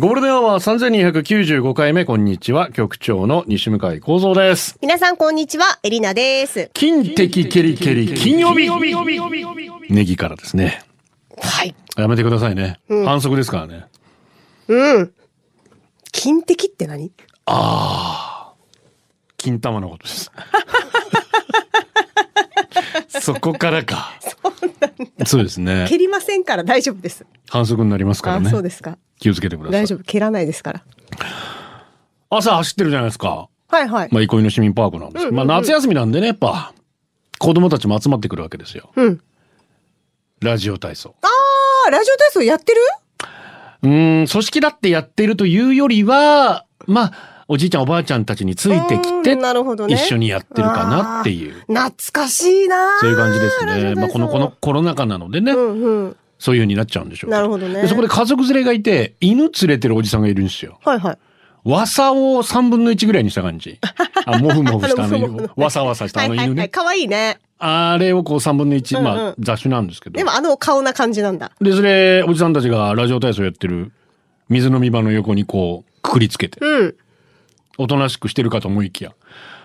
ゴールデンアワー3295回目、こんにちは。局長の西向井幸三です。皆さんこんにちは、エリナです。金的ケリケリ金曜日ネギからですね。はい。やめてくださいね。反則ですからね。うん。金的って何金玉のことです。 そこからか。 そうですね。蹴りませんから大丈夫です。反則になりますからあ、ねそう。ですか。気をつけてください大。丈夫。蹴らないですから。朝走ってるじゃないですか。はいはい。まあ、憩いの市民パークなんですけど、まあ、夏休みなんでね、やっぱ、子供たちも集まってくるわけですよ。うん。ラジオ体操。あー、ラジオ体操やってるうーん、組織だってやってるというよりは、まあ、おじいちゃんおばあちゃんたちについてきて、うんなるほどね一緒にやってるかなっていう、懐かしいなーそういう感じですラジオね。体操まあ、この、このコロナ禍なのでね、うんうん。そういう風になっちゃうんでしょうけなるほどねでそこで家族連れがいて、犬連れてるおじさんがいるんですよ。はいはい。わさを3分の1ぐらいにした感 じ。あ、もふもふしたあのもふもふ犬の。ねわさわさしたあのはい犬ねはいはい。。かわいいね。あれをこう3分の1、うんまうあん雑種なんですけどで。もあのお顔な感じなんだ。で、それ、おじさんたちがラジオ体操やってる水飲み場の横にこう、くくりつけて。うん。おとなしくしてるかと思いきや。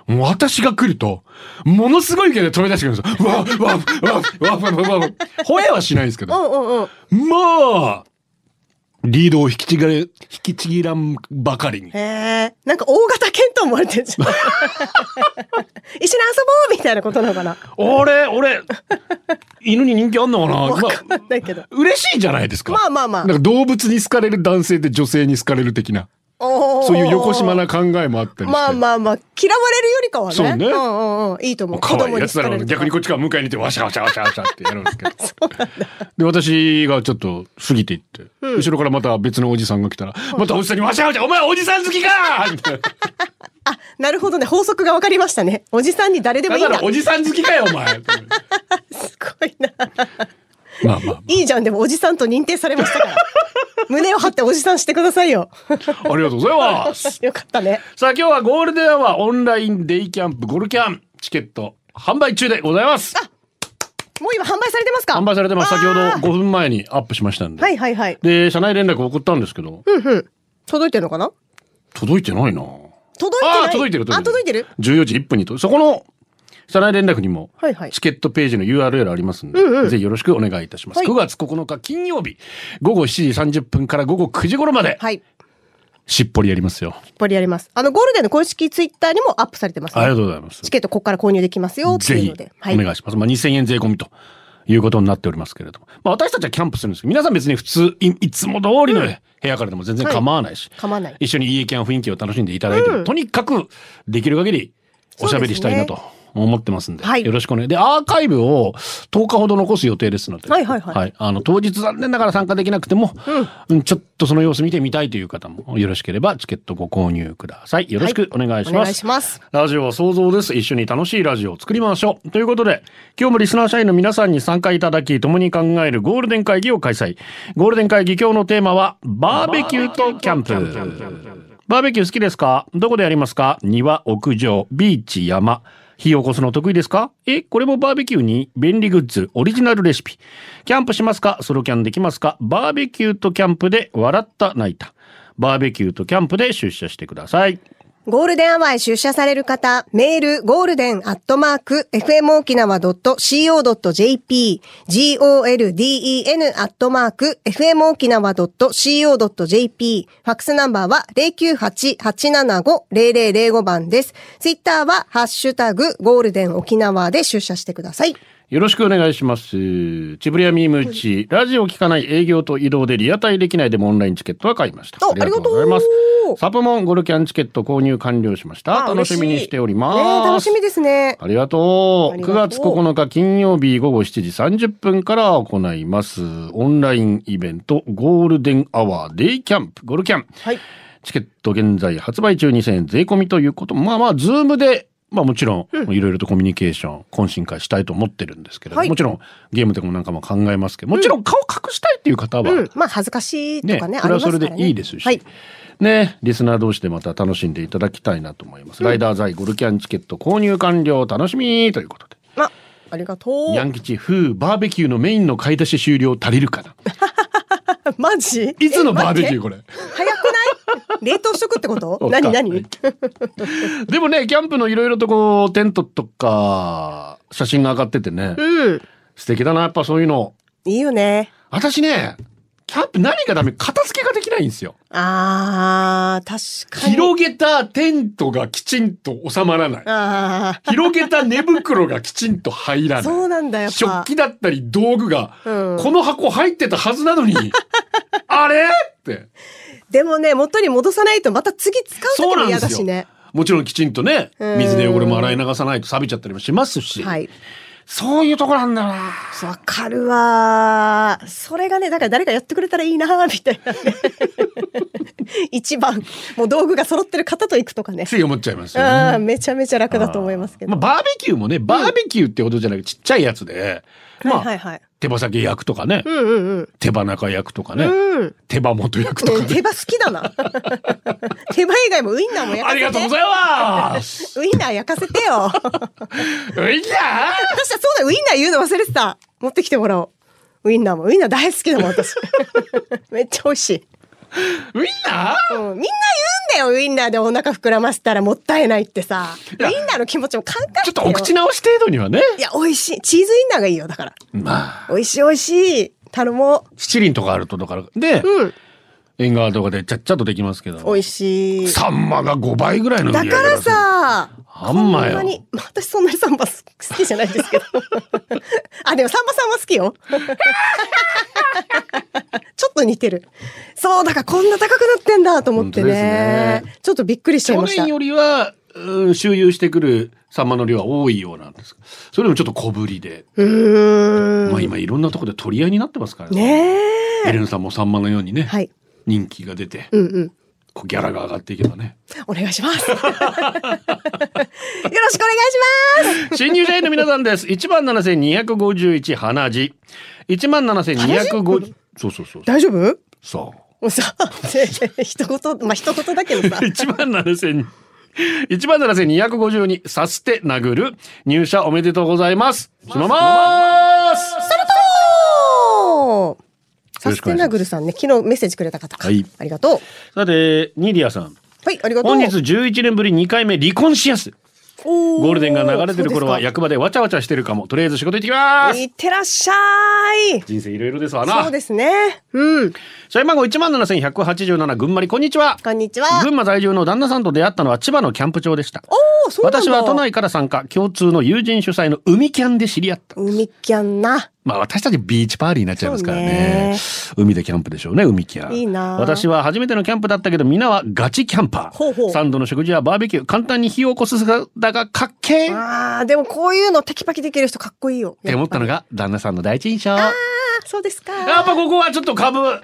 もう私が来ると、ものすごい勢いで飛び出してくるんですよ。わわわわわわわわ吠えはしないんですけうど。んうんうん。まあ、リードを引きちぎれ、引きちぎらんばかりに。へえ。なんか大型犬と思われてるじ ゃん。一緒に遊ぼうみたいなことなのかな。俺、俺、犬に人気あんのかなわまかんあないけど。嬉しいじゃないですか。まあまあまあなんか動物に好かれる男性で女性に好かれる的な。そそういう横島な考えもあったりして。まあまあまあ、嫌われるよりかはね。そうねんうんうん。いいと思う。可愛いやつだろ子供好かれると逆にこっちから迎えに行ってワシャワシャワシャワシャってやるんですけどで私がちょっと過ぎていって、後ろからまた別のおじさんが来たら、またおじさんにワシャワシャお前おじさん好きかみたいなあ、なるほどね。法則が分かりましたね。おじさんに誰でもだいいかんだ。らおじさん好きかよお前すごいな。まあまあいいじゃん。でもおじさんと認定されましたから。胸を張っておじさんしてくださいよ。 ありがとうございますよかったね。さあ今日はゴールデンアワーオンラインデイキャンプゴルキャンチケット販売中でございますもう今販売されてますか販売されてます先ほどあー5分前にアップしましたんで、はいはいはい。で社内連絡送ったんですけど、届いてるのかな届いてないな届いてあなあい。届いてるあ、届いてる14時1分にとそこの社内連絡にもはいはいチケットページの URL ありますんで、ぜひよろしくお願いいたします、はい9月9日金曜日午後7時30分から午後9時頃まで、はい。しっぽりやりますよ引っ張りやります。あの、ゴールデンの公式ツイッターにもアップされてます、ありがとうございますチケットここから購入できますよっぜていうひので。お願いします、まあ、2000円税込みということになっておりますけれども、まあ、私たちはキャンプするんですけど皆さん別に普通いいつも通りの部屋からでも全然構わないし、構わない一緒に家キャン雰囲気を楽しんでいただいて、とにかくできる限りおしゃべりしたいなと思ってますんで、はいよろしくお願い。で、アーカイブを10日ほど残す予定ですので、はいはいはいあの、当日残念ながら参加できなくても、うんちょっとその様子見てみたいという方も、よろしければチケットご購入ください。よろしくお願いします。お願いしますラジオは想像です。一緒に楽しいラジオを作りましょう。ということで、今日もリスナー社員の皆さんに参加いただき、共に考えるゴールデン会議を開催。ゴールデン会議今日のテーマは、バーベキューとキャンプ。バーベキュー好きですかどこでやりますか庭、屋上、ビーチ、山。火を起こすの得意ですかえ、これもバーベキューに便利グッズ、オリジナルレシピ。キャンプしますかソロキャンできますかバーベキューとキャンプで笑った泣いた。バーベキューとキャンプで出社してください。ゴールデンアワーへ出社される方、メール、ゴールデンアットマーク、fmokinawa.co.jp、golden アットマーク、fmokinawa.co.jp、ファックスナンバーは098-875-0005番です。ツイッターは、ハッシュタグ、ゴールデン沖縄で出社してください。よろしくお願いします。チブリアミームーチ、ラジオ聞かない営業と移動でリアタイできないでもオンラインチケットは買いました。おありがとうありがサプモンゴルキャンチケット購入完了しました。楽しみにしております。ねえ楽しみですね。ありがとう。あり9が月とう9日金曜日午後7時30分から行います。オンラインイベント、ゴールデンアワーデイキャンプ、ゴルキャン。はい。チケット現在発売中2000円税込みということも、まあまあ、ズームでまあもちろん、いろいろとコミュニケーション、懇親会したいと思ってるんですけれど、はいもちろんゲームとかもなんかも考えますけど、もちろん顔隠したいっていう方は、うん、まあ恥ずかしいとかね、あそれりまはすかそられね。でいいですし、はい。ね、リスナー同士でまた楽しんでいただきたいなと思います。ライダーザイゴルキャンチケット購入完了楽しみということで。まあ、ありがとう。ヤン吉風バーベキューのメインの買い出し終了足りるかな マジいつのバーベキューーこれ早くない 冷凍しとくってことわかんな何い何でもねキャンプのいろいろとこうテントとか写真が上がっててねうん。素敵だなやっぱそういうのいいよね。私ねキャンプ何がダメ片付けができないんですよあー、確かに。広げたテントがきちんと収まらないあ広げた寝袋がきちんと入らなー、いそうなんだ、やっぱ。食器だったり道具が、うんこの箱入ってたはずな のにあれってでもね、元に戻さないとまた次使うそう時なんもで嫌すよだしね。もちろんきちんとねうん水で汚れも洗い流さないと錆びちゃったりもしますし、はい。そういうとこなんだよなそうわかるわー。それがね、だから誰かやってくれたらいいなーみたいなね。 一番、もう道具が揃ってる方と行くとかね。つい思っちゃいますよね。あーめちゃめちゃ楽だと思いますけど。まあ、バーベキューもねバーベキューってほどじゃなくてちっちゃいやつで、まあ、はいはいはい。手羽先焼くとかね、うんうんうん。手羽中焼くとかね、うん。手羽元焼くとかねね。手羽好きだ な。手羽以外もウインナーも焼かあせりて。がとうございます。ウインナー焼かせてよ。確かいやそうだ、ウインナー言うの忘れてた。持ってきてもらおう。ウインナーも。ウインナー大好きだもん、私。 めっちゃ美味しい。ーウインナーうん、みんな言うんだよ、ウインナーでお腹膨らませたらもったいないってさ。ウやインナーの気持ちも考えてよちょっとお口直し程度にはね。いや、美味しい。チーズウインナーがいいよ、だから。まあ、美味しい、美味しい。頼も七輪とかあると、だから、で、う。うん。縁側とかでちゃっちゃとできますけど。美味しい。サンマが5倍ぐらいの売だり上かげららさ、あんまよこなに、まあ私そんなにサンバ好きじゃないです けど。あ、でもサンバさんは好きよ。 ちょっと似てる。そう、だからこんな高くなってんだと思って本ね。当ですちょっとびっくりしちゃい去ました年。よりは、うん周遊してくるサンマの量は多いようなんですそれでもちょっと小ぶりで。うーまあん。今いろんなとこで取り合いになってますからねエえ。レンさんもサンマのようにね、はい。人気が出て、うんうん。こうギャラが上がっていけばね。お願いします。よろしくお願いします。新入社員の皆さんです。1万7251鼻血。1万7250。そうそうそう。大丈 夫そう。もうさ、一言、まあ一言だけど さ。 1万7000 1万7252さすて殴る入社おめでとうございますしまますおーよサろしスくお願いしますテナグルさんね、昨日メッセージくれた方か。はいありがとう。さてニーリアさんはい、ありがとう。本日11年ぶり2回目離婚しやすゴゴールデンが流れてる頃は役場でわちゃわちゃしてるかもとりあえず仕事行ってきますいってらっしゃい。人生いろいろですわなそうですね。うん。社員番号1万7187群馬りこんにちはこんにちは。群馬在住の旦那さんと出会ったのは千葉のキャンプ場でしたおお、そうなんだ。私は都。内から参加共通の友人主催の海キャンで知り合った海キャンな。まあ私たちビーチパーリーになっちゃいますからね。海でキャンプでしょうね、海キャン。いいなあ私は初めてのキャンプだったけど、皆はガチキャンパー。ほうほうサンドの食事やバーベキュー、簡単に火を起こす姿がかっけーっああ、でもこういうのテキパキできる人かっこいいよ。て思ったのが。が旦那さんの第一印象。やっあそうですか。ぱここはちょっと株上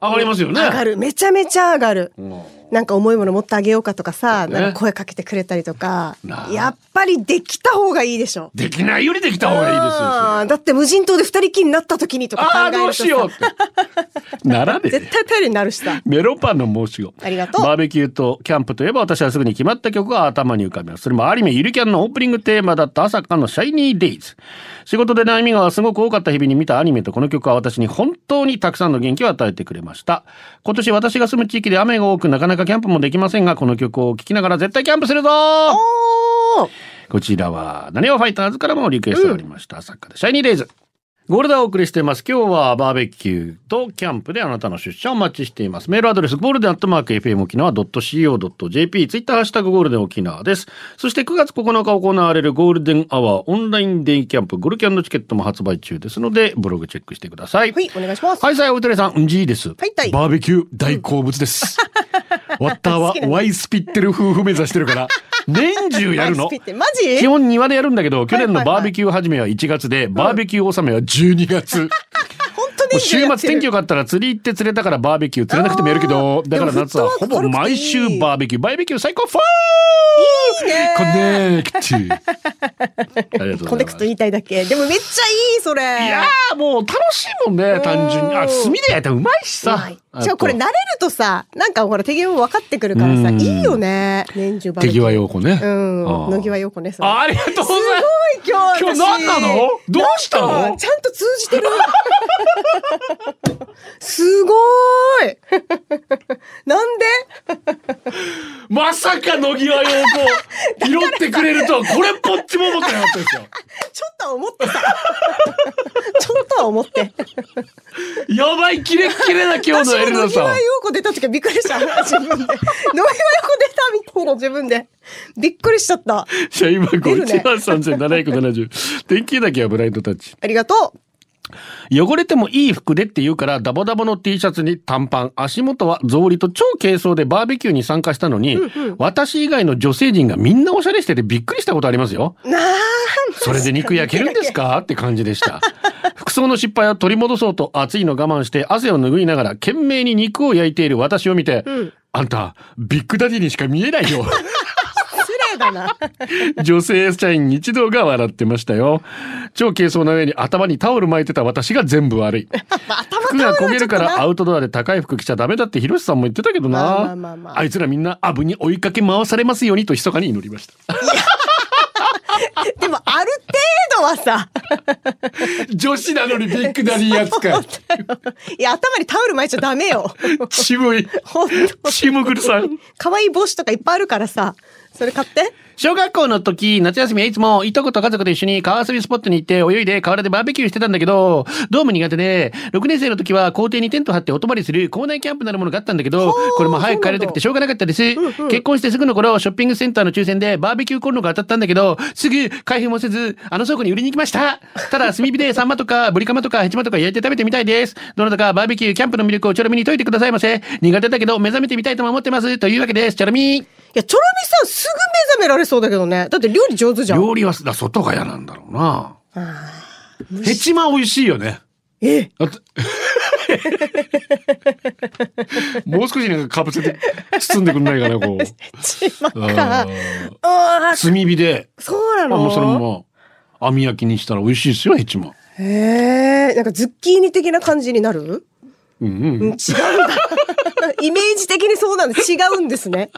がりますよね。上がる。めちゃめちゃ上がる。うんなんか重いもの持ってあげようかとかさ、ねなんか声かけてくれたりとかなあ、やっぱりできた方がいいでしょ。できないよりできた方がいいですよ。ああーだって無人島で二人きりになった時にとか考あー、えるとさどうしようって。ならねえ絶。対頼りになるし さ。メロンパンの申し子。ありがとうバーベキューとキャンプといえば私はすぐに決まった曲が頭に浮かびます。それもアニメゆるキャンのオープニングテーマだった朝かのシャイニーデイズ。仕事で悩みがすごく多かった日々に見たアニメとこの曲は私に本当にたくさんの元気を与えてくれました。今年私が住む地域で雨が多くなかなかキャンプもできませんが、この曲を聴きながら絶対キャンプするぞおーこちらは、なにわファイターズからもリクエストがありました。作家で、シャイニーデイズ。ゴールドをお送りしています。今日はバーベキューとキャンプであなたの出社をお待ちしています。メールアドレス、ゴールデンアットマーク FM 沖縄 .co.jp、ツイッターハッシュタグゴールデン沖縄です。そして9月9日行われるゴールデンアワーオンラインデイキャンプ、ゴルキャンのチケットも発売中ですので、ブログチェックしてください。はい、お願いします。はい、さあ、おとれさん、うんじいです。いはいバーベキュー大好物 です。ワッターは好きなんだワイスピってる夫婦目指してる から、年中やるアイのスピ。ってマジ基本庭でやるんだけど、去年のはいはいはい バーベキュー始めは1月で、バーベキュー納めは12月。本当もう年中週やってる末天気良かったら釣り行って釣れたからバーベキュー釣れなくてもやるけどあーだから夏はほぼ毎でもフ週ットワバーベキューバーベキュー最高フォーいいねコ ネクティありがとうござコネいまクすト言いたいだけでもめっちゃいいそれいやーもう楽しいもんね単純にあ炭で焼いたらうまいしさしかもこれ慣れるとさなんかほら手際も分かってくるからさうんいいよね年中バー手ベキュー際陽子ねうんあー野際陽子ねそれあありがとうございますすごい今日今日何私なのどうしたのなんかちゃんと通じてるすごーいなんでまさか野際陽 子拾ってくれるとはこれっぽっちも思ってなかったですよちょっとは思ってたちょっとは思ってやばいキレッキレな今日のエルナ野さん際陽子出た時びっくりした自分で野際陽子出たみたいな自分でびっくりしちゃったじゃあ今出るね5万3770天気だけはブライトタッチありがとう汚れてもいい服でって言うからダボダボの T シャツに短パン足元は草履と超軽装でバーベキューに参加したのに、私以外の女性陣がみんなおしゃれしててびっくりしたことありますよなあそれで肉焼けるんですかって感じでした。服装の失敗を取り戻そうと暑いの我慢して汗を拭いながら懸命に肉を焼いている私を見て、あんた、ビッグダディにしか見えないよ。 失礼だな女性社員一同が笑ってましたよ。超軽装な上に頭にタオル巻いてた私が全部悪い。まあ頭服変わがる焦なげるかちょっとらなアウトドアで高い服着ちゃダメだってヒロシさんも言ってたけどまあまなあまあま。ああいつらみんなアブに追いかけ回されますようにと密かに祈りました。でもある程度はさ女子なのにビッグダディやつ か。いや頭にタオル巻いちゃダメよ 渋い。本当シムグルさん。可愛い帽子とかいっぱいあるからさそれ買って小学校の時、夏休みはいつも、いとこと家族と一緒に川遊びスポットに行って、泳いで河原でバーベキューしてたんだけど、どうも苦手で、6年生の時は校庭にテント張ってお泊まりする校内キャンプなるものがあったんだけど、これも早く帰りたくてしょうがなかったです。結婚してすぐの頃、ショッピングセンターの抽選でバーベキューコンロが当たったんだけど、すぐ開封もせず、あの倉庫に売りに行きました。ただ、炭火でサンマとか、ブリカマとか、ヘチマとか焼いて食べてみたいです。どなたかバーベキュー、キャンプの魅力をチョロミに解いてくださいませ。苦手だけど、目覚めてみたいとも思ってます。というわけです。チョロミいやチョロミさんすぐ目覚められそうだけどねだって料理上手じゃん料理はだ外が嫌なんだろうな。ヘチマ美味しいよね。えあ ともう少しなんかかぶせて包んでくんないかなこう。ちまあ かーああ炭火で、そうなあのもうそのまま網焼きにしたら美味しいですよヘチマ。へえなんかズッキーニ的な感じになるうんうん。うん違うんだ イメージ的にそうなんです違うんですね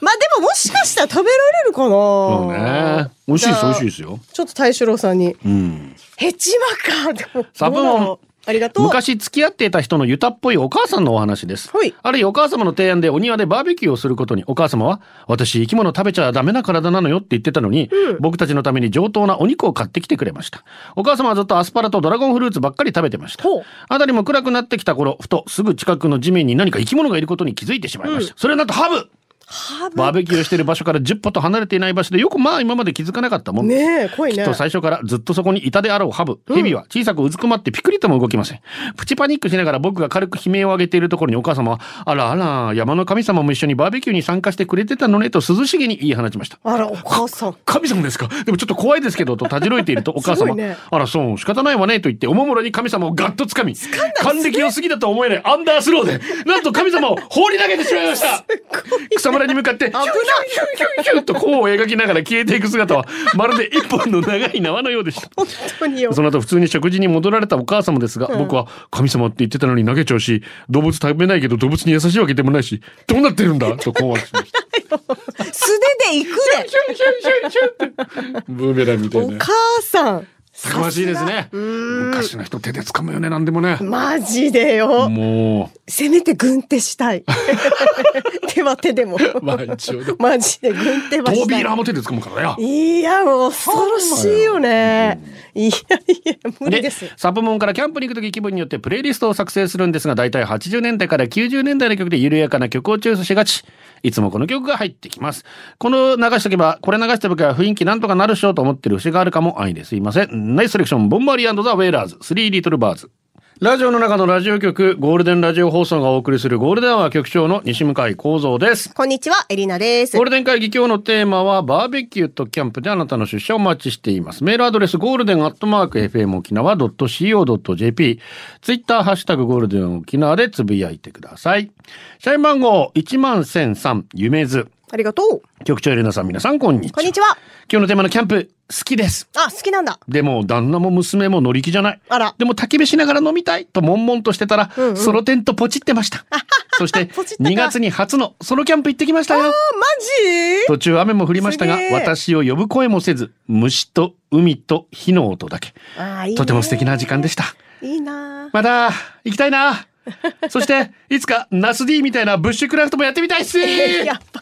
まあでももしかしたら食べられるかなそうね。美味しいです美じゃあ味しいですよ。ちょっと大志郎さんにうん。ヘチマかでもサブどうなのありがとう昔付き合っていた人のユタっぽいお母さんのお話です。はいあるいはお母様の提案でお庭でバーベキューをすることに、お母様は、私生き物食べちゃダメな体なのよって言ってたのに、僕たちのために上等なお肉を買ってきてくれました。お母様はずっとアスパラとドラゴンフルーツばっかり食べてましたほう。あたりも暗くなってきた頃、ふとすぐ近くの地面に何か生き物がいることに気づいてしまいました。それはなんとハブハブバーベキューしてる場所から10歩と離れていない場所でよくまあ今まで気づかなかったもんねえ濃いきっねと最初からずっとそこにいたであろうハブ。ヘビは小さくうずくまってピクリとも動きません。プチパニックしながら僕が軽く悲鳴を上げているところにお母様は、あらあら、山の神様も一緒にバーベキューに参加してくれてたのねと涼しげに言い放ちました。あらお母さん 神様ですかでもちょっと怖いですけどとたじろいているとお母すご様、いねあらそう仕方ないわねと言っておもむろに神様をガッと掴み還暦を過ぎたとは思えないアンダースローでなんと神様を放り投げてしまいました草むらに向かってヒューヒューヒューヒューヒューと弧を描きながら消えていく姿はまるで一本の長い縄のようでした本当によその後普通に食事に戻られたお母様ですが、僕は神様って言ってたのに投げちゃうし動物食べないけど動物に優しいわけでもないしどうなってるんだと困惑しました素手で行くでブーメランみたいおな。母さんたくましいですね昔の人手で掴むよねなんでもねマジでよもせめて軍手し たい手は手でもうまあ一応ねマジで軍手はトーしビたーいラーも手で掴むからねいやもう恐ろしいよねいやいや無理ですサブモンからキャンプに行く時気分によってプレイリストを作成するんですが大体80年代から90年代の曲で緩やかな曲をチョイスしがちいつもこの曲が入ってきますこの流しとけばこれ流しておけば雰囲気なんとかなるっしょと思ってる節があるかも安易ですいませんナイスセレクションボンバリーザ・ウェイラーズ3リトルバーズラジオの中のラジオ局、ゴールデンラジオ放送がお送りするゴールデンは局長の西向井幸三です。こんにちは、エリナですゴー。ルデン会議今日のテーマはバーベキューとキャンプであなたの出社をお待ちしています。メールアドレスゴールデンアットマーク FM 沖縄 .co.jp ツイッターハッシュタグゴールデン沖縄でつぶやいてください。社員番号11003夢図。ありがとう。局長エレナさん皆さんこんにちは。こんにちは。今日のテーマのキャンプ好きです。あ、好きなんだ。でも旦那も娘も乗り気じゃない。あらでも焚き火しながら飲みたいと悶々としてたら、うんうんソロテントポチってました。そしてポチったか2月に初のソロキャンプ行ってきましたよ。マジ途中雨も降りましたがすげえ私を呼ぶ声もせず虫と海と火の音だけあいいねとても素敵な時間でしたいいなまた行きたいな そしていつかナス D みたいなブッシュクラフトもやってみたいっ すやっぱ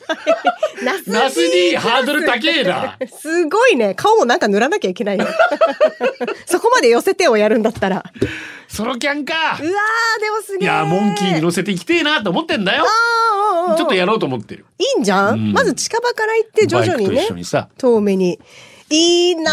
り。ナスナス D ハードル高えなすごいね。顔もなんか塗らなきゃいけないよ。 そこまで寄せてをやるんだったら。うわソロキャンかー、でもすいげえ。やモンキーに乗せて行きてえなと思ってんだよあー。ちょっとやる。ろうと思ってるいいんじゃん、うんまず近場から行って徐々にバイクとね一緒。にさ遠目に。いいな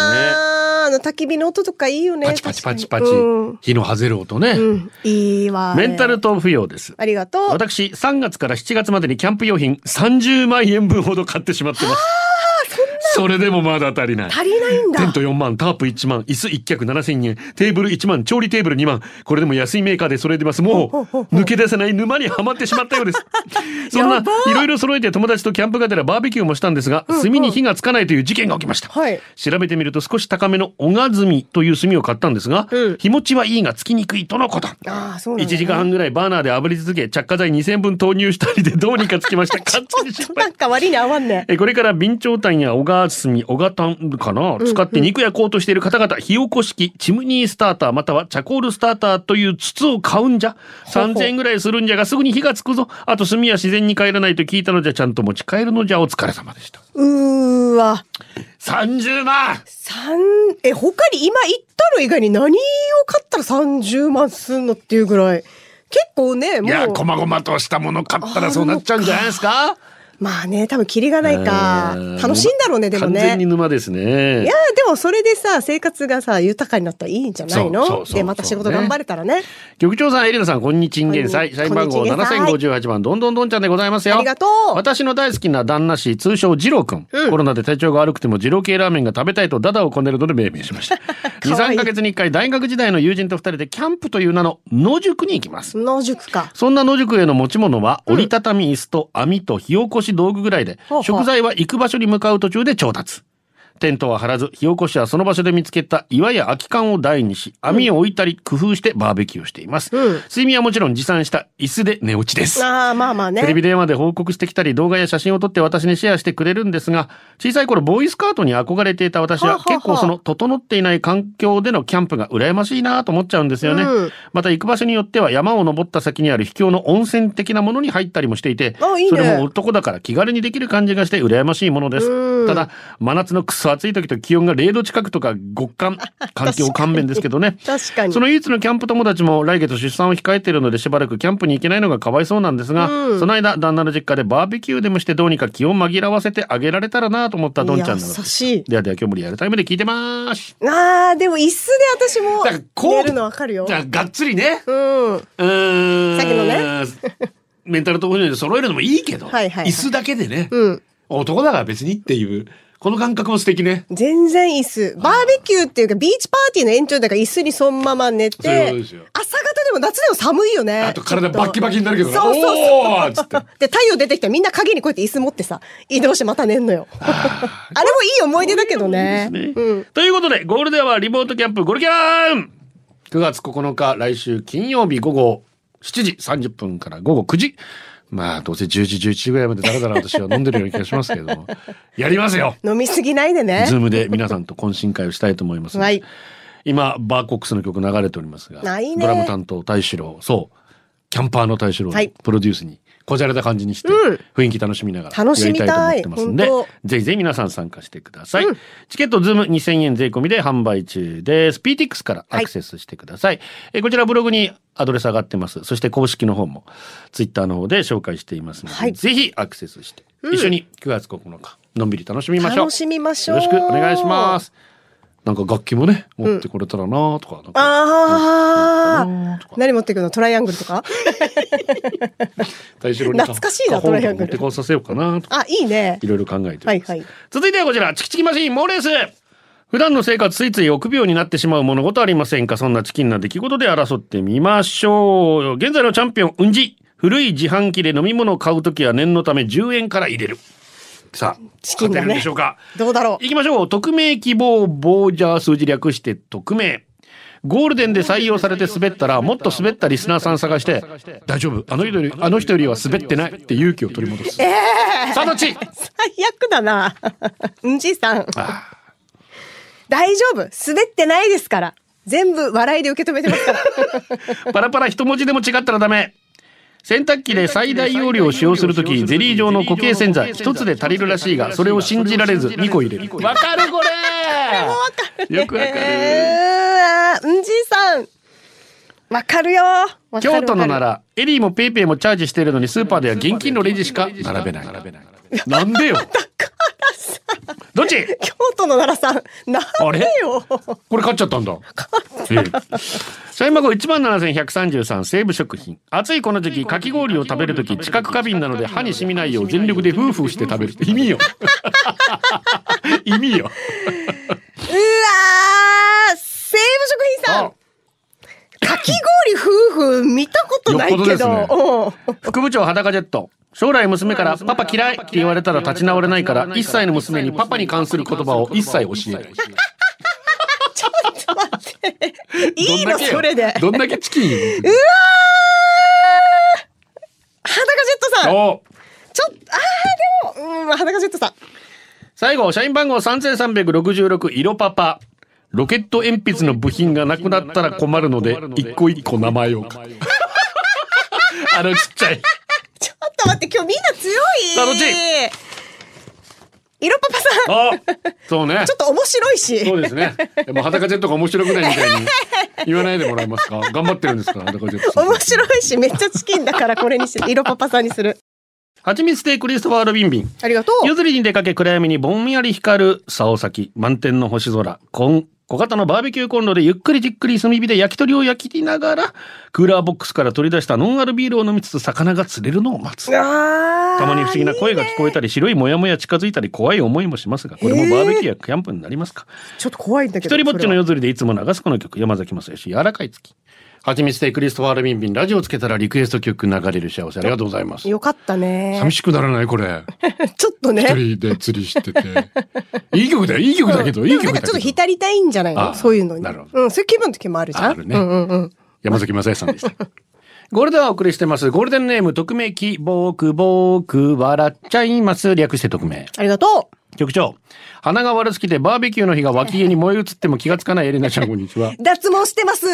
ー、あの焚き火の音とかいいよね。パチパチパチパチ確かにうん火のハゼる音ね、うん、いいわ。メンタル。豆腐用ですありがとう。あ、私3月から7月までにキャンプ用品30万円分ほど買ってしまってますそれでもまだ足りない足りないんだ。テント4万タープ1万椅子1脚7000円テーブル1万調理テーブル2万これでも安いメーカーで揃えてますもうほうほうほう抜け出せない沼にはまってしまったようです そんなやばいろいろ揃えて友達とキャンプがてらバーベキューもしたんですが炭に火がつかないという事件が起きましたはい。調べてみると少し高めの小が炭という炭を買ったんですが、うん日持ちはいいがつきにくいとのことああ、そうなんだ、 1時間半ぐらいバーナーで炙り続け着火剤2000分投入したりでどうにかつき ました完全にちょ失っとな敗んか割に合わんね。えこれから備長炭や小川炭小川炭かな使って肉焼こうとしている方々、火起こし器チムニースターターまたはチャコールスターターという筒を買うんじゃほう3000円ぐらいするんじゃがすぐに火がつくぞあと炭は自然に帰らないと聞いたのじゃちゃんと持ち帰るのじゃお疲れ様でしたうーわ。 30万三え、他に今言ったの以外に何を買ったら30万すんのっていうぐらい。結構ね、いもやう。こまごまとしたもの買ったらそうなっちゃうんじゃないですかまあね、多分キリがないかえ。ー楽しいんだろうね、でもね。完全に沼ですねいやーでもそれでさ生活がさ豊かになったらいいんじゃないのそうそうそうそうでまた仕事頑張れたらね局長さん、エリナさん、こんにちんげんさい。こんに社員番号こんにちんげん7058番、どんどんどんちゃんでございますよ。ありがとう私の大好きな旦那氏、通称、二郎くん。うんコロナで体調が悪くても、二郎系ラーメンが食べたいとダダをこねるので命名しました。2、かわ3いいヶ月に1回、大学時代の友人と2人でキャンプという名の野宿に行きます。野宿かそんな野宿への持ち物は、うん折りたたみ椅子と網と火起こし道具ぐらいでほうほ、う食材は行く場所に向かう途中で調達。テントは張らず、火起こしはその場所で見つけた岩や空き缶を台にし、網を置いたり工夫してバーベキューをしています。うん睡眠はもちろん持参した椅子で寝落ちです。ああまあまあねテレビ電話で報告してきたり動画や写真を撮って私にシェアしてくれるんですが小さい頃ボーイスカートに憧れていた私はあははあ結構その整っていない環境でのキャンプが羨ましいなと思っちゃうんですよね、うんまた行く場所によっては山を登った先にある秘境の温泉的なものに入ったりもしていてあいいそねれも男だから気軽にできる感じがして羨ましいものです、うんただ真夏のくそ暑い時と気温が0度近くとか極 寒環境勘弁ですけどね確かにその唯一のキャンプ友達も来月出産を控えているのでしばらくキャンプに行けないのがかわいそうなんですが、うんその間旦那の実家でバーベキューでもしてどうにか気を紛らわせてあげられたらなと思ったどんちゃんなので優しいではでは今日もリアルタイムで聞いてまーすああでも椅子で私もだからこう寝るのわかるよじゃあがっつりねうんうんうーんさっきのね メンタルところで揃えるのもいいけど、はいはいはい椅子だけでね、うん男だから別にっていうこの感覚も素敵ね全然椅子バーベキューっていうかビーチパーティーの延長だから椅子にそのまま寝そういうこてとですよ朝方でも夏でも寒いよねあと体バッキバキになるけどねそうそうそうおーっつってで太陽出てきたらみんな影にこうやって椅子持ってさ移動してまた寝んのよあれもいい思い出だけどねですねうんということで、ゴールデンはリモートキャンプゴルキャン !9 月9日、来週金曜日午後7時30分から午後9時。まあ、どうせ10時、11時ぐらいまでだらだら私は飲んでるような気がしますけれど も。やりますよ飲みすぎないでねズームで皆さんと懇親会をしたいと思います。はい今、バーコックスの曲流れておりますが、ないねドラム担当大志郎、そう、キャンパーの大志郎をはいプロデュースに、こじゃれた感じにして、うん雰囲気楽しみながら楽しみたいやりたいと思ってますんで本、ぜひぜひ皆さん参加してください。チケットズーム2000円税込みで販売中です。PTX からアクセスしてください。えこちらブログにアドレス上がってます。そして公式の方も、ツイッターの方で紹介していますので、はいぜひアクセスして、一緒に9月9日、のんびり楽しみましょう。楽しみましょうよろしくお願いします。なんか楽器もね持ってこれたらなとかなんかあうんあ何持ってくのトライアングルとか大志郎に懐かしいなカホンとトライアン持グルってこさせようかなとかあいいねいろいろ考えておはりいます、はい続いてはこちらチキチキマシーンモーレース普段の生活ついつい臆病になってしまう物事ありませんかそんなチキンな出来事で争ってみましょう現在のチャンピオンうんじ古い自販機で飲み物を買うときは念のため10円から入れるさあチキンだ勝てねるんでしょうかどうだろう行きましょう匿名希望ボージャー数字略して匿名ゴールデンで採用されて滑ったらもっと滑ったリスナーさん探して大丈夫あの人よりあの人よりは滑ってないって勇気を取り戻すさあどっち最悪だな うんじいさん大丈夫滑ってないですから全部笑いで受け止め てますからパラパラ一文字でも違ったらダメ洗濯機で最大容量を使用するときゼリー状の固形洗剤一つで足りるらしいがそれを信じられず2個入れるわかるこれよくわかるえー、うんじいさんわかるよわかるわかる京都のならエリーもペイペイもチャージしているのにスーパーでは現金のレジしか並べないなん でよどっち京都の奈良さんなんでよこれ買っちゃったんだ。ええ社員番号一万七千百三十三西武食品。暑いこの時期、かき氷を食べるとき、知覚過敏なので歯に染みないよう全力でフーフーして食べる。意味よ。意味よ。うわー西武食品さんあかき氷夫婦見たことないけどよっぽうん副部長裸ジェット。将来娘からパパ嫌いって言われたら立ち直れないから、一歳の娘にパパに関する言葉を一切教えない。いいのそれでどんだけチキン裸ジェットさんおちょっとあーでもうん裸ジェットさん最後、社員番号3366、いろパパ。ロケット鉛筆の部品がなくなったら困るので、一個一個名前を書く。 あのちっちゃい。ちょっと待って今日みんな強いさあどっちいろパパさあんそうねちょ。っと面白いしそうですね。でも裸ジェットが面白くないみたいに言わないでもらえますか。頑張ってるんですから、裸ジェットさん。面白いしめっちゃチキンだからこれにしていろパパさんにするはちみつでクリストファー・ロビンビン。ありがとう夜釣りに出かけ暗闇にぼんやり光る竿先満天の星空こん小型のバーベキューコンロでゆっくりじっくり炭火で焼き鳥を焼きながらクーラーボックスから取り出したノンアルビールを飲みつつ魚が釣れるのを待つあーたまに不思議な声が聞こえたり白いモヤモヤ近づいたり怖い思いもしますがこれもバーベキューやキャンプになりますかちょっと怖いんだけ一ど人ぼっちそのれは夜釣りでいつも流すこの曲山崎まさよし柔らかい月はちみつでクリストファー・ルビンビンラジオつけたらリクエスト曲流れる幸せありがとうございますよかったね寂しくならないこれちょっとね一人で釣りして て。いい曲だよ、いい曲だけど、うんいいでもな曲だんかちょっとけど。浸りたいんじゃないあのーそういうのに。なるほどうん、そういう気分の時もあるじゃん。あるねうんうんうん。山崎正也さんでした。ゴールデンはお送りしてます。ゴールデンネーム、匿名希望くぼーく笑っちゃいます。略して匿名。ありがと局長、鼻が悪すぎてバーベキューの日が脇毛に燃え移っても気がつかないエレナちゃん、こんにちは。う脱毛し てます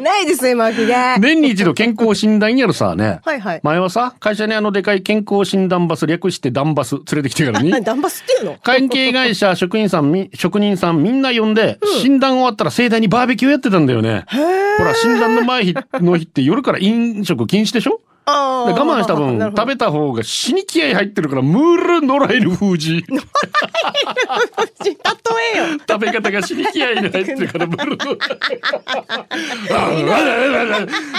ないですよ、マーキーが。年に一度健康診断やるさね。はいはい前はさ、会社にあのでかい健康診断バス、略してダンバス連れてきてからに。 あダンバスっていうの関係会社、職員さん、み 職人さんみんな呼んで、診断終わったら盛大にバーベキューやってたんだよね。ほら、診断の前日の日って夜から飲食禁止でしょあで我慢した分、食べべた方が死に気合入ってるから、ムールノライル封じ。例えよ。食べ方が死に気合に入ってるから、ムールノ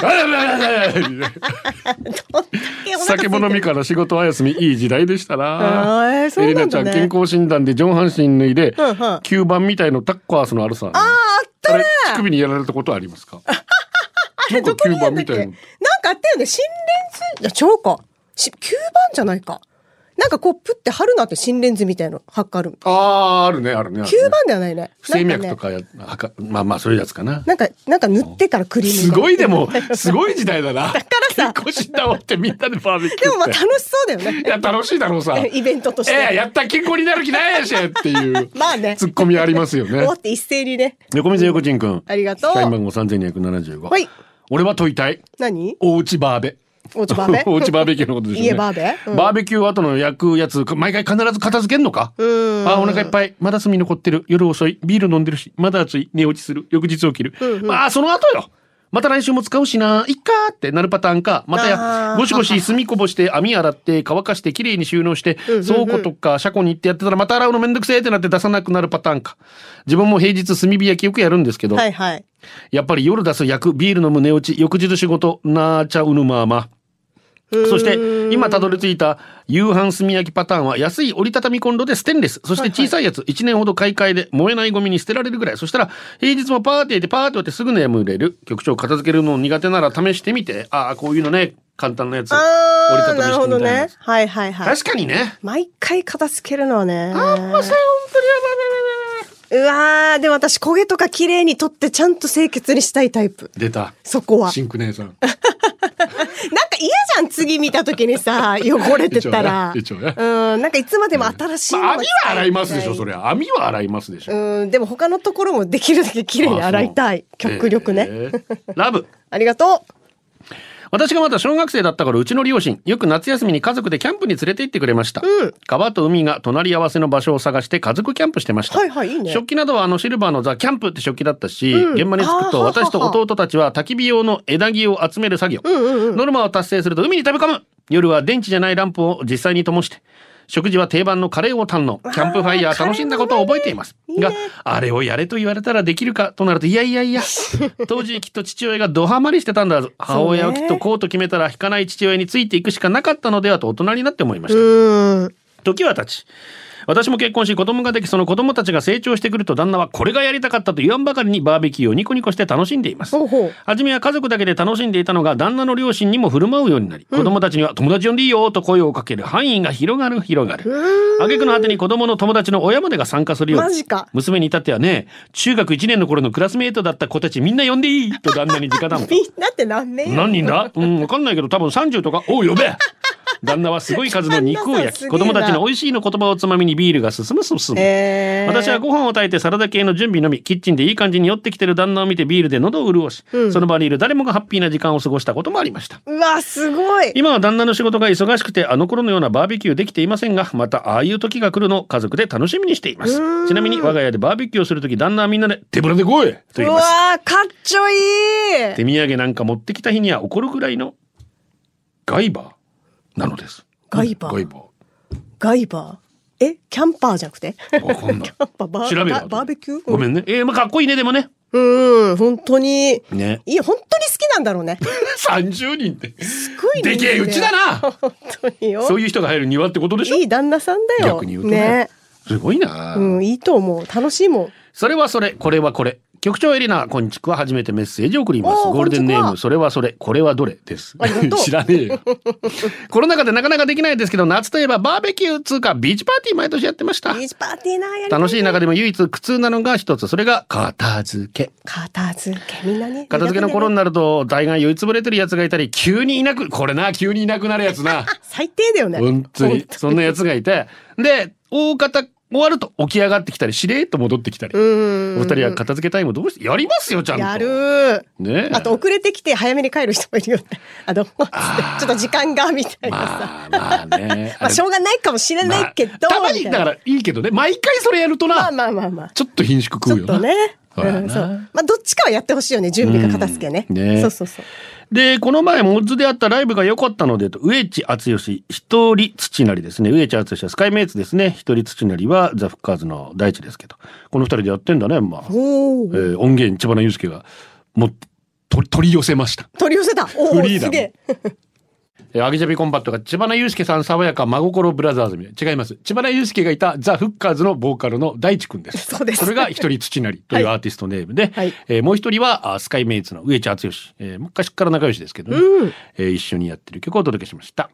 ライル。酒も飲みから仕事は休み、いい時代でしたあーな。えーそうなんだエリねナちゃん、健康診断で上半身脱いで、うんうん吸盤みたいのタッカースのあるさね。あー、あったあれ、乳首にやられたことありますかなんかどこに吸あっ盤たっみけたないんなか。あったよね。心蓮図いや、超か。し、吸盤じゃないか。なんかこう、プって貼るなって心蓮図みたいなの貼っかある。ああ、あるね、あるね。あるね吸盤ではないね。不整脈なんとねかや、はかまあまあ、そういうやつかな。なんか、なんか塗ってからクリーム。すごいでも、すごい時代だ な。だからさ結婚した終わってみんなでバーベキューって。 でもまあ楽しそうだよね。いや、楽しいだろうさ。 イベントとしてええやった、健康になる気ないやしって いう。まあねツッコミありますよね終わ。って一斉にね。横水横陣くん。ありがとう社員番号3275。はい。俺は問いたい。何おうちバーベ。おうちバーベ おうちバーベキューのことですよね。家バーベうんバーベキュー後の焼くやつ、毎回必ず片付けんのかんあ、お腹いっぱい。まだ炭残ってる。夜遅い。ビール飲んでるし。まだ暑い。寝落ちする。翌日起きる。まあ、その後よ。また来週も使うしな、いっかーってなるパターンか、またやあ、ーゴシゴシ墨こぼして、網洗って、乾かして、綺麗に収納してうんうんう、ん倉庫とか車庫に行ってやってたら、また洗うのめんどくせえってなって出さなくなるパターンか。自分も平日炭火焼きよくやるんですけど、はいはい。やっぱり夜出す焼くビールの胸落ち、翌日仕事、なーちゃうぬまーま。そして今たどり着いた夕飯炭焼きパターンは安い折りたたみコンロでステンレスそして小さいやつ1年ほど買い替えで燃えないゴミに捨てられるぐらいそしたら平日もパーティーでパーティーってすぐ眠れる局長片付けるの苦手なら試してみてああこういうのね簡単なやつ折りあたたあ、なみるしてほみたどいなやねつ。はいはいはい。確かにね毎回片付けるのはね。あんまさ本当にやばいやばいやばいやばうわー、でも私焦げとか綺麗に取ってちゃんと清潔にしたいタイプ。い出たそこは。シンク姉さ んなんか嫌じゃん、次見た時に さ、汚れてたら。一応ね一うん、なんかいつまでも新しいまのあが網は使いたい洗いますでしょそれは網は洗いますでしょうん、でも他のところもできるだけ綺麗に洗いたい。極力ね。えーラブありがとう。私がまだ小学生だった頃うちの両親よく夏休みに家族でキャンプに連れて行ってくれました、川と海が隣り合わせの場所を探して家族キャンプしてました、はいはい、いいね。食器などはあのシルバーのザ・キャンプって食器だったし、うん現場に着くあとー私とははは弟たちは焚き火用の枝木を集める作業、うんうんうん。ノルマを達成すると海に飛び込む夜は電池じゃないランプを実際に灯して食事は定番のカレーを堪能キわーャンプファイヤー楽しんだことを覚えていますがカレーもねいいねあれをやれと言われたらできるかとなるといやいやいや当時きっと父親がドハマりしてたんだぞ母親はきっとこうと決めたら引かない父親についていくしかなかったのではと大人になって思いましたうん。時は経ち私も結婚し子供ができその子供たちが成長してくると旦那はこれがやりたかったと言わんばかりにバーベキューをニコニコして楽しんでいますほうほう初めは家族だけで楽しんでいたのが旦那の両親にも振る舞うようになり、子供たちには友達呼んでいいよと声をかける範囲が広がる広がる挙句の果てに子供の友達の親までが参加するようにマジか娘に至ってはね中学1年の頃のクラスメートだった子たちみんな呼んでいいと旦那に直談 判みんなって何名何人 だうん、わかんないけど多分30とか。おう、呼べ旦那はすごい数の肉を焼き、 旦那さんすげえな子供たちの美味しいの言葉をつまみにビールが進む進む。えー、私はご飯を炊いてサラダ系の準備のみ、キッチンでいい感じに寄ってきてる旦那を見てビールで喉を潤し、うんその場にいる誰もがハッピーな時間を過ごしたこともありました。うわ、すごい。今は旦那の仕事が忙しくてあの頃のようなバーベキューできていませんがまたああいう時が来るのを家族で楽しみにしていますうんちなみに我が家でバーベキューをする時旦那はみんなで「手ぶらで来い!」と言いうますわー、かっちょいい。手土産なんか持ってきた日には怒るぐらいのガイバーなのです。ガイバーガイバガイバー。え、キャンパーじゃなくてー。わかんない。 やっぱバー調べバろーバーベキューごめんね。えー、まあかっこいいね、でもね。 うん、うん本当に。ね。いや、本当に好きなんだろうね。 30人って。すごいね。でけえうちだな本当によ。そういう人が入る庭ってことでしょいい旦那さんだよ。逆に言うとね。すごいな、うん、いいと思う。楽しいもん。それはそれ、これはこれ。局長エリナ、こんちくは初めてメッセージを送ります。おーゴールデンネこーんちくム、わそれはそれ、これはどれですありがと。う知らねえよ。コロナ禍でなかなかできないですけど、夏といえばバーベキュー通過、ビーチパーティー毎年やってましたビ。ーチパーティーな、やりた楽しい中でも唯一苦痛なのが一つそれが片付け片付け、みんなね。片付けの頃に苦手だよねなると大概酔いつぶれてるやつがいたり急にいなくこれな急にいなくなるやつな最低だよ ね。本当にそんなやつがいてで大方終わると起き上がってきたりしれっと戻ってきたりうおん。二人は片付けタイムどうしてやりますよちゃんとやるー。ねえあと遅れてきて早めに帰る人もいるよね。 あの、ちょっあーと時間がみたいなさ。まあまあね まあしょうがないかもしれないけど、まあたまにみだたいかならいいけどね毎回それやるとな、まあまあまあまあ。ちょっと貧縮ち食うょよっなとね。そうやなうん、そう。まあ、どっちかはやってほしいよね。準備か片付けね。うんねそうそうそう。で、この前、モッズであったライブが良かったので、と、植地厚義、一人土なりですね。植地厚義はスカイメイツですね。一人土なりはザ・フッカーズの大地ですけど。この二人でやってんだね、まあ。おおえ。ー音源、千葉の祐介が、もう、と取り寄せました。取り寄せた。おお、フリーだすもんげえ。えー、アゲジャビコンバットが、千葉の祐介さん爽やか、真心ブラザーズみたい。違います。千葉の祐介がいたザ・フッカーズのボーカルの大地くんです。そうですそれが一人土なりというアーティストネームで、はいえーもう一人は、あスカイメイツの植地厚義。えー昔から仲良しですけどね、えー一緒にやってる曲をお届けしました。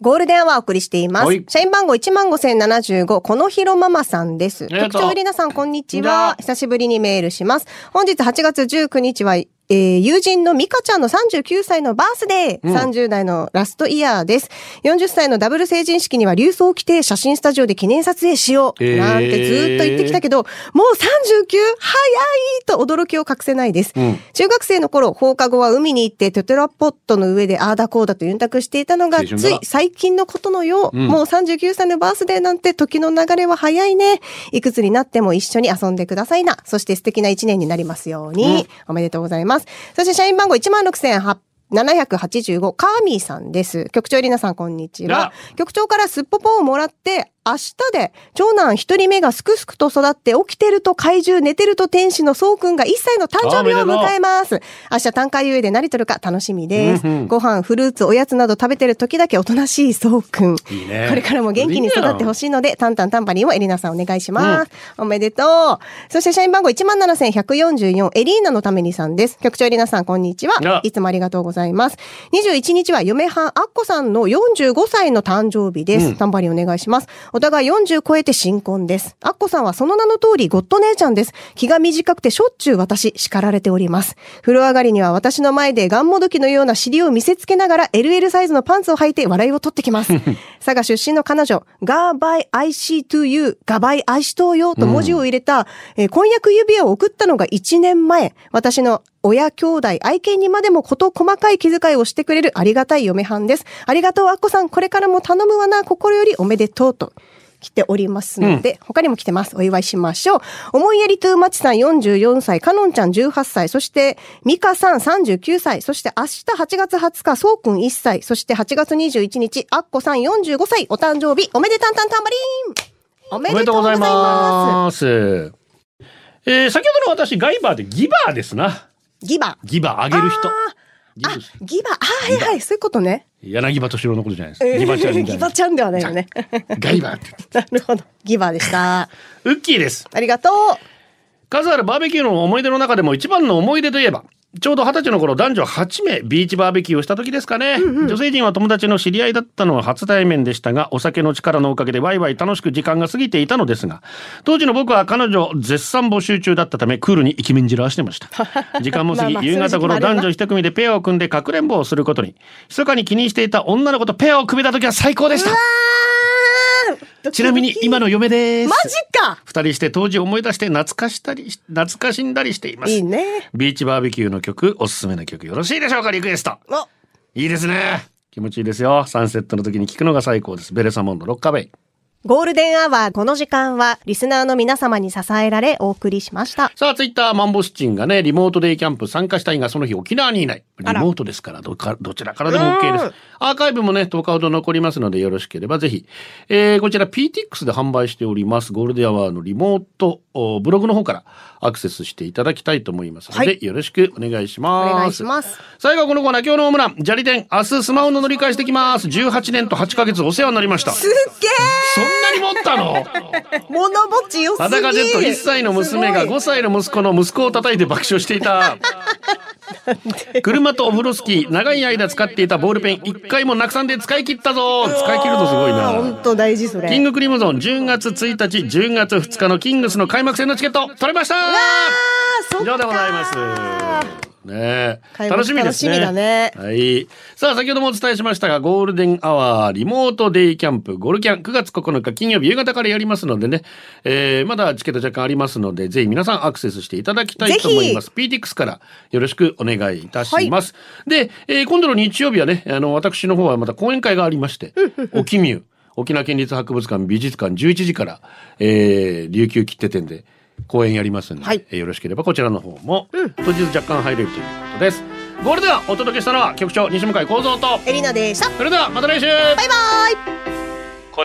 ゴールデンはお送りしていまはいす。社員番号15,075、このひろママさんです。りがとう局長エリナさん、こんにちこんには。ち久しぶりにメールします。本日8月19日は、えー友人のミカちゃんの39歳のバースデー、うん30代のラストイヤーです。40歳のダブル成人式には流装を着て写真スタジオで記念撮影しよう。えーなんてずーっと言ってきたけど、もう 39? 早いと驚きを隠せないです。うん中学生の頃、放課後は海に行ってテトラポットの上でああだこうだとゆんたくしていたのが、青つ春だい最近のことのようう、んもう39歳のバースデーなんて時の流れは早いね。いくつになっても一緒に遊んでくださいな。そして素敵な一年になりますように。おめでとうございます。ます。そして社員番号16,785、カーミーさんです。局長エリナさん、こんにちはあ。局長からすっぽぽをもらって、明日で長男一人目がすくすくと育って、起きてると怪獣、寝てると天使のそうくんが1歳の誕生日をあおめでとう迎えます。明日単価ゆえで何とるか楽しみです。うんうんご飯、フルーツ、おやつなど食べてる時だけおとなしいそうくん。いいねこれからも元気に育ってほしいので、タンタンタンバリンをエリナさんお願いします。おめでとう。そして社員番号17,144、エリーナのためにさんです。局長エリナさん、こんにちあは。いつもありがとうございます。21日は嫁はん、アッコさんの45歳の誕生日です。タンバリンお願いします。お互い40超えて新婚です。アッコさんはその名の通り、ゴッド姉ちゃんです。気が短くてしょっちゅう私、叱られております。風呂上がりには私の前でガンモドキのような尻を見せつけながら LL サイズのパンツを履いて笑いを取ってき ます。佐賀出身の彼女、ガーバイ IC2U、ガバイ愛しとうよと文字を入れた、えー婚約指輪を送ったのが1年前、私の親兄弟愛犬にまでもこと細かい気遣いをしてくれるありがたい嫁はんです。ありがとう、アッコさん。これからも頼むわな。心よりおめでとうと。来ておりますので、他にも来てます。お祝いしましょう。思いやりトゥーマチさん44歳、かのんちゃん18歳、そして、ミカさん39歳、そして明日8月20日、そうくん1歳、そして8月21日、アッコさん45歳、お誕生日、おめでたんたんたんばりーんおめおめででととううごござざいいまます。えー、先ほどの私、ガイバーでギバーですな。す。ギバ。ギバー、あげる人。ギあブ、ギバ。あ、はいはい、そういうことね。柳葉敏郎のことじゃないです。ギバちゃんみた ギいなバ。ちゃんではないよね。ガイバーって。なるほど。ギバでした。ウッキーです。ありがとう。数あるバーベキューの思い出の中でも一番の思い出といえばちょうど二十歳の頃男女8名ビーチバーベキューをした時ですかね、女性陣は友達の知り合いだったのは初対面でしたがお酒の力のおかげでワイワイ楽しく時間が過ぎていたのですが当時の僕は彼女を絶賛募集中だったためクールにイケメンじらわして ました時間も過ぎまあまあ夕方頃男女一組でペアを組んでかくれんぼをすることに密かに気にしていた女の子とペアを組めた時は最高でしたあーちなみに今の嫁ですマジか二人して当時を思い出して懐かしたりし懐かしんだりしていますいいね。ビーチバーベキューの曲おすすめの曲よろしいでしょうかリクエストおいいですね気持ちいいですよサンセットの時に聞くのが最高ですベレサモンドロッカーベイゴールデンアワー、この時間は、リスナーの皆様に支えられ、お送りしました。さあツイッターマンボスチンがねリモートデイキャンプ参加したいがその日沖縄にいないリあらモートですからどかどちらからでも OK ですアーカイブもね10日ほど残りますのでよろしければぜひ、えーこちら PTX で販売しておりますゴールデンアワーのリモートおブログの方からアクセスしていただきたいと思いますので、はいよろしくお願いしますお願いします最後はこのコーナー今日のホームラン砂利店明日スマホの乗り換えしてきます18年と8ヶ月お世話になりましたそんげなに持ったのえ物持ちよすぎ裸ジェット1歳の娘がすごい5歳の息子の息子を叩いて爆笑していた車とお風呂スキー長い間使っていたボールペン1回もなくさんで使い切ったぞ使い切るとすごいあーな本当大事それ。キングクリムゾン10月1日10月2日のキングスの開幕戦のチケット取れましたあーそっ以上でございますか。ねえ開幕楽しみですね楽しみだねはいさあ先ほどもお伝えしましたがゴールデンアワーリモートデイキャンプゴールキャン9月9日金曜日夕方からやりますのでね、えーまだチケット若干ありますのでぜひ皆さんアクセスしていただきたいと思います。PTX からよろしくお願いいたします。で、えー今度の日曜日はねあの私の方はまた講演会がありまして沖ミュ沖縄県立博物館美術館11時から、えー琉球切手展で講演やりますので、はいえーよろしければこちらの方も、当日若干入れるということですゴールではお届けしたのは局長西向井光三とエリナでした。それではまた来週バイバイ。こ